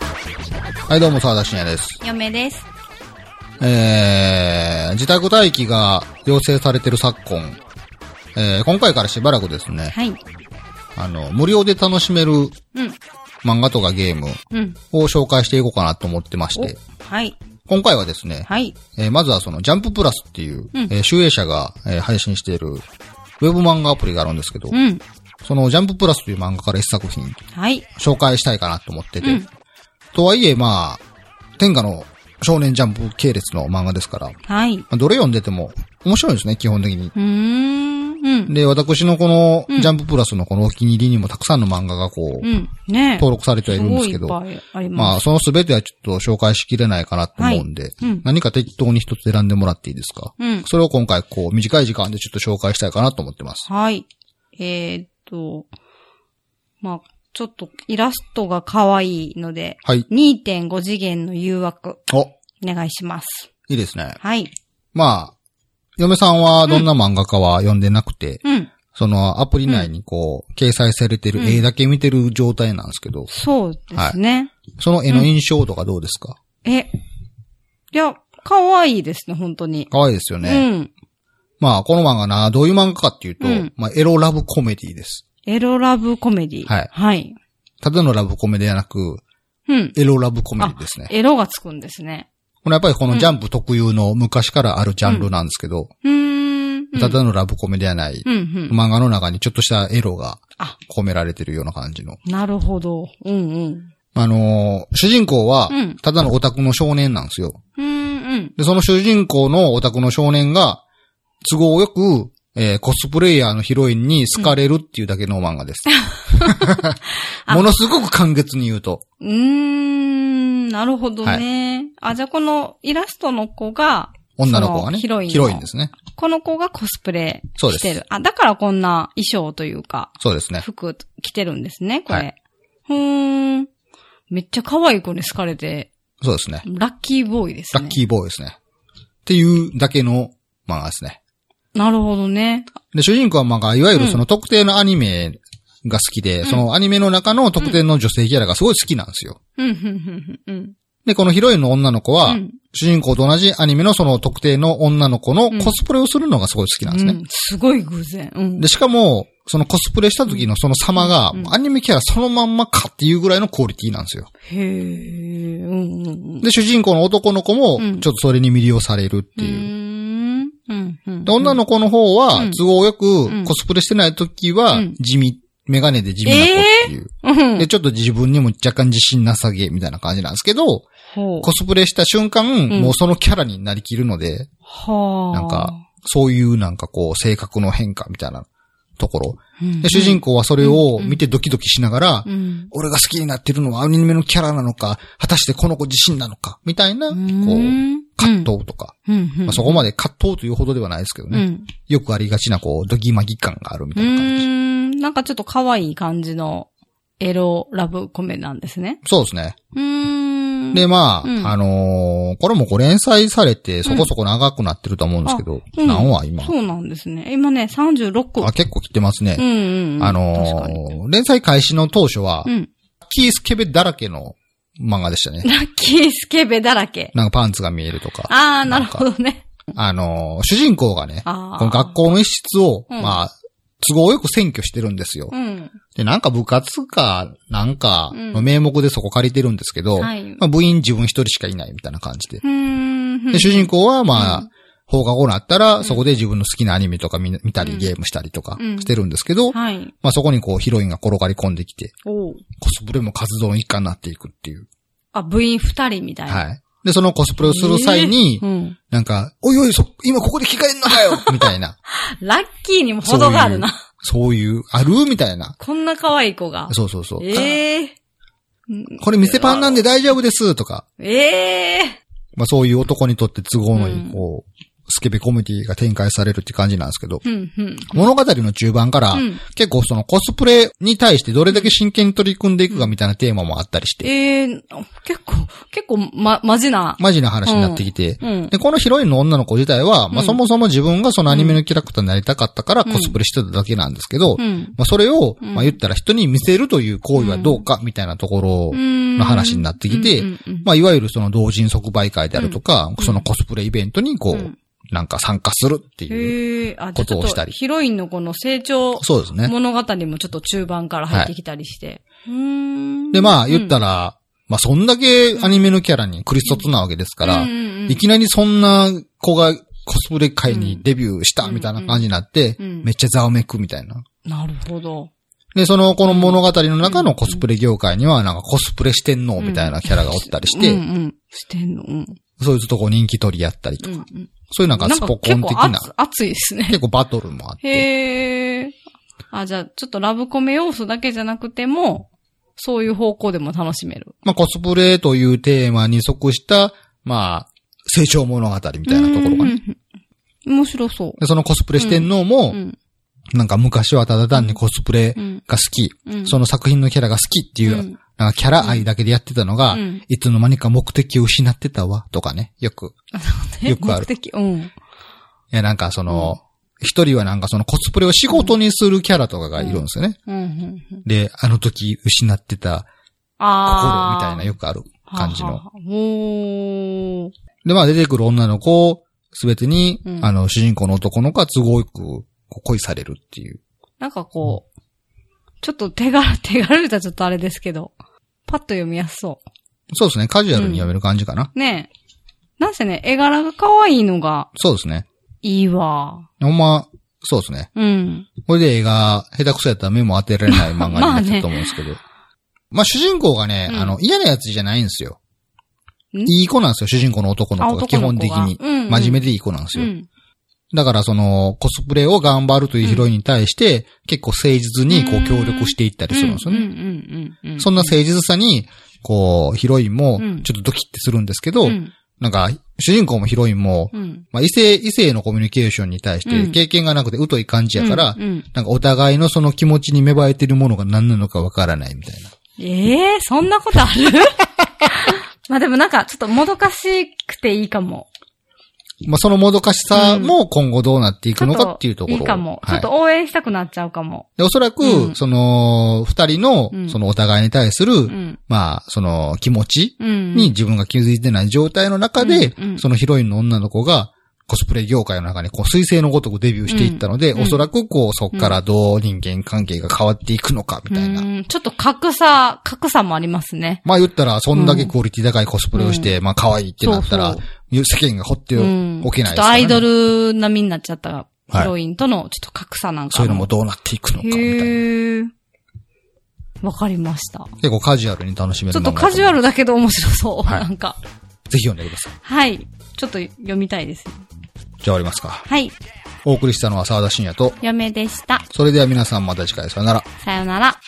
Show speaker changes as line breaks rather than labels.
はい、どうも、沢田信也です。
嫁です。
えー、自宅待機が要請されてる昨今、えー、今回からしばらくですね、
はい。
あの、無料で楽しめる
うん。
漫画とかゲーム
うん。
を紹介していこうかなと思ってまして、
おはい。
今回はですね、
はい。
えーまずはその、ジャンププラスっていう、
うん
えー集英社が、えー配信している、ウェブ漫画アプリがあるんですけど、
うん。
その、ジャンププラスという漫画から一作品、
はい。
紹介したいかなと思ってて、
うん
とはいえ、まあ、天下の少年ジャンプ系列の漫画ですから、
はい。う
まあどれ読んでても面白いんですね、基本的に。
ーん。うん。
で、私のこの、
うん
ジャンププラスのこのお気に入りにもたくさんの漫画がこう、
うん。ねえ。
登録されてはいるんですけ
す
ど、
ごいいっぱいあり
ま
ま
あ、
す。
そのすべてはちょっと紹介しきれないかなと思うんで、
うん
何か適当に一つ選んでもらっていいですか、
うん
それを今回こう、短い時間でちょっと紹介したいかなと思ってます。
はい。えーっと、まあ、ちょっとイラストが可愛いので、
はい。
2.5次元の誘惑、
お、
お願いします。
いいですね。
はい。
まあ、嫁さんはどんな漫画かは読んでなくて、
うん。
そのアプリ内にこう、掲載されてる絵だけ見てる状態なんですけど、
そうですね。
その絵の印象とかどうですか、
え。いや、可愛いですね、本当に。
可愛いですよね。
うん。
まあ、この漫画な、どういう漫画かっていうと、
うん
まあ、エロラブコメディです。
エロラブコメディ。
はい
はい。
ただのラブコメではなく、
うん。
エロラブコメディですね。
エロがつくんですね。
これやっぱりこのジャンプ特有の昔からあるジャンルなんですけど、
うーん。
ただのラブコメではない、
うん、うん。
漫画の中にちょっとしたエロが
あ、
込められてるような感じの。
なるほど。うんうん。
あのー主人公は
うん、
ただのオタクの少年なんですよ。
うんうん。
で、その主人公のオタクの少年が、都合よく、えーコスプレイヤーのヒロインに好かれるっていうだけの漫画です。
あ
ものすごく簡潔に言うと。
うーん、なるほどね。あ、じゃあこのイラストの子が、
女の子がね。
そのヒロインの
ですね。
この子がコスプレ
そうです
してる。あ、だからこんな衣装というか、
そうですね。
服着てるんですね、こ
は
れ。ふーん。めっちゃ可愛い子に好かれて、
そうですね。
ラッキーボーイです
ラ
ね。
ッキーボーイですね。っていうだけの漫画ですね。
なるほどね。
で、主人公は漫画、いわゆるそうの特定のアニメが好きで、そのアニメの中の特定の女性キャラがすごい好きなんですよ。
うん、うん、うん、うん。
で、このヒロインの女の子は、
うん
主人公と同じアニメのその特定の女の子の
うん
コスプレをするのがすごい好きなんです
う
ね
ん。すごい偶然。うん。
で、しかも、そのコスプレした時のその様が、アニメキャラそのまんまかっていうぐらいのクオリティなんですよ。
へえ、うんうんうん。
で、主人公の男の子も、
うん
ちょっとそれに魅了されるって
う
いう。
ーん。うんうん。
で、女の子の方は
うん、
都合よ
ん
くコスプレしてない時は
うん、
地味、メガネで地味な子っていう。
うん
で、ちょっと自分にも若干自信なさげみたいな感じなんですけど、
ほう
コスプレした瞬間、
ん
もうそのキャラになりきるので、
はあ。
なんか、そういうなんかこう、性格の変化みたいなところ。
うん、
で、主人公はそれを見てドキドキしながら、
うん。
俺が好きになってるのはアニメのキャラなのか、果たしてこの子自身なのか、みたいな、こ
う
う、
ん
葛藤とか。
うんうん。
まあ、そこまで葛藤というほどではないですけど
う
ね。
ん。
よくありがちな、こう、ドギマギ感があるみ
う
たいな感じ。
ん。なんかちょっと可愛い感じのエロラブコメなんですね。
そうですね。
うーん。
で、まあ、
うん
あのーこれもこう連載されて、そこそこ長くなってると思うんですけど、
うんあうん
何話今。
そうなんですね。今ね、36。
あ、結構来てます
うん
ね。
うんうん。
あ
確かに。
のー連載開始の当初は、
う
ラ
ん。
ッキースケベだらけの漫画でしたね。
ラッキースケベだらけ。
なんかパンツが見えるとか、
あー、なるほどね。
あのー主人公がね、
あー。
この学校の一室を、
うん
まあ、都合よく占拠してるんですよ。
うん。
で、なんか部活か、なんかの名目でそこ借りてるんですけど、
はい
まあ、部員自分一人しかいないみたいな感じで。
うーん。
で、主人公は、まあ、
うん
放課後になったら、そこで自分の好きなアニメとか見見たり、
うん
ゲームしたりとか
うん
してるんですけど、
はい。
まあそこにこうヒロインが転がり込んできて、
おう
コスプレも活動の一環になっていくっていう。
あ、部員二人みたいな。
はい。で、そのコスプレをする際に、
うん。
なんか、おいおい、そ、今ここで着替えんの かよみたいな。
ラッキーにも程があるな。
そういう、あるみたいな。
こんな可愛い子が。
そうそうそう。
ええ
これ店パンなんで大丈夫ですとか、
ええ
まあそういう男にとって都合のいい、こう、スケベコメディが展開されるって感じなんですけど、
うん、うん。
物語の中盤から、
うん
結構そのコスプレに対してどれだけ真剣に取り組んでいくかみたいなテーマもあったりして、
えー、結構、結構、ま、まじな。
マジな話になってきて、
うん。
で、このヒロインの女の子自体は、まあ、
うん
そもそも自分がそのアニメのキャラクターになりたかったから
うん
コスプレしてただけなんですけど、
うん。
まあ、それを、
うん
まあ、言ったら人に見せるという行為はどうかみたいなところの
の
話になってきて、まあ、いわゆるその同人即売会であるとか、
うん
そのコスプレイベントにこう、
うん
なんか参加するっていう。
へえ、あ、じ
こ
ゃあち
と
ょ
を
っ
した
と
り
ヒロインのこの成長
そうですね。
物語もちょっと中盤から入ってきたりして。うーん
で、まあ、言った
ら、
ら、まあ、そんだけアニメのキャラにクリストツなわけですから
うん、うんうん
いきなりそんな子がコスプレ界にデビューしたみたいな感じになって、
うん
めっちゃざわめくみたいな。
なるほど。
で、その、この物語の中のコスプレ業界には、なんかコスプレしてんのみたいなキャラがおったりして、
うんうん。してんの。うん。
そういうとこ人気取り合ったり
う
とか、
んうん。
そういうなんかスポコン的な、
結構熱熱いで すね。
結構バトルもあって、
へえ。あ、じゃあ、ちょっとラブコメ要素だけじゃなくても、そういう方向でも楽しめる。
まあ、コスプレというテーマに即した、まあ、成長物語みたいなところがね。
うんうん。面白そ
でそのコスプレしてんのも、
う。うん。
なんか昔はただ単にコスプレ
うん。
が好き、
う ん
その作品のキャラが好きっていう、
うん
なんかキャラ愛だけでやってたのが、
うん
いつの間にか目的を失ってたわ、とかね、よく。よくある
目的うん。
いや、なんかその、一人はなんかそのコスプレを仕事にするキャラとかがいるんですよね。
うんうんうん。
で、あの時失ってた心
あ
み
あ。
たいなよくある感じ
は
の
は。は。おー。
で、まあ出てくる女の子をすべてに、
うん
あの、主人公の男の子が都合よくこう恋されるっていう。
なんかこう、ちょっと手軽、 手軽じゃちょっとあれですけど、パッと読みやすそ
そうですね。カジュアルに読める感じかな。
う。ねえ。なんせね、絵柄が可愛いのが
そうですね。
いいわ。
ほんま、そうですね。
うん。
これで映画、下手くそやったら目も当てられない漫画になっちゃうと思うんですけど。まあ、主人公がね、
うん
あの、嫌なやつじゃないんですよ。
ん
いい子なんですよ、主人公の男の
あ
子が基
男の
本
子
的
が
に。
うんうん
真面目でいい子なんです
う
よ。
ん。
だからその、コスプレを頑張るというヒロインに対して、結構誠実にこ
う
うん協力していったりするんですよね。
うんうんうんうんうん。
そんな誠実さに、こう、ヒロインも
うん
ちょっとドキってするんですけど、
うん
なんか、主人公もヒロインも、
うん。
まあ、異性、異性のコミュニケーションに対し
う
て
ん
経験がなくて疎い感じやから、
うんうん
なんかお互いのその気持ちに芽生えてるものが何なのかわからないみたいな。
ええそんなことある まあでもなんか、ちょっともどかしくていいかも。
まあ、そのもどかしさも今後どうなってい
ち
く
ょ
の
っ
かっていうところ。
いいかも。ちょ
は
っ
い。
と応援したくなっちゃうかも。
で、おそらく、
うん
その、二人
う
の、
ん
そのお互いに対する、
うん。
まあ、その気持ち
うん。
に自分が気づいてない状態の中で、
うんうん
そのヒロインの女の子が、コスプレ業界の中に、こう、彗星のごとくデビューしていったので、
うん
おそらく、こう、そっからどう人間関係が変わっていくのか、みたいな。
うんちょっと格差、格差もありますね。
まあ言ったら、そんだけクオリティ高いコスプレをして、まあ可愛いってなったら
そう、
世間が放って
うん
おけないです
ち
か
ょっと
ら
ア
ね
イドル並みになっちゃったヒロインとのちょっと格差なんか
そういうのもどうなっていくのか、みたいな。
へえ。わかりました。
結構カジュアルに楽しめる
ちょっと
漫画だ思う
カジュアルだけど面白そう。
はい
なんか。
ぜひ読んでください。
はい。ちょっと読みたいですね。
じゃあ終わりますか。
はい。
お送りしたのは沢田信也と、
嫁でした。
それでは皆さんまた次回さよなら。
さよなら。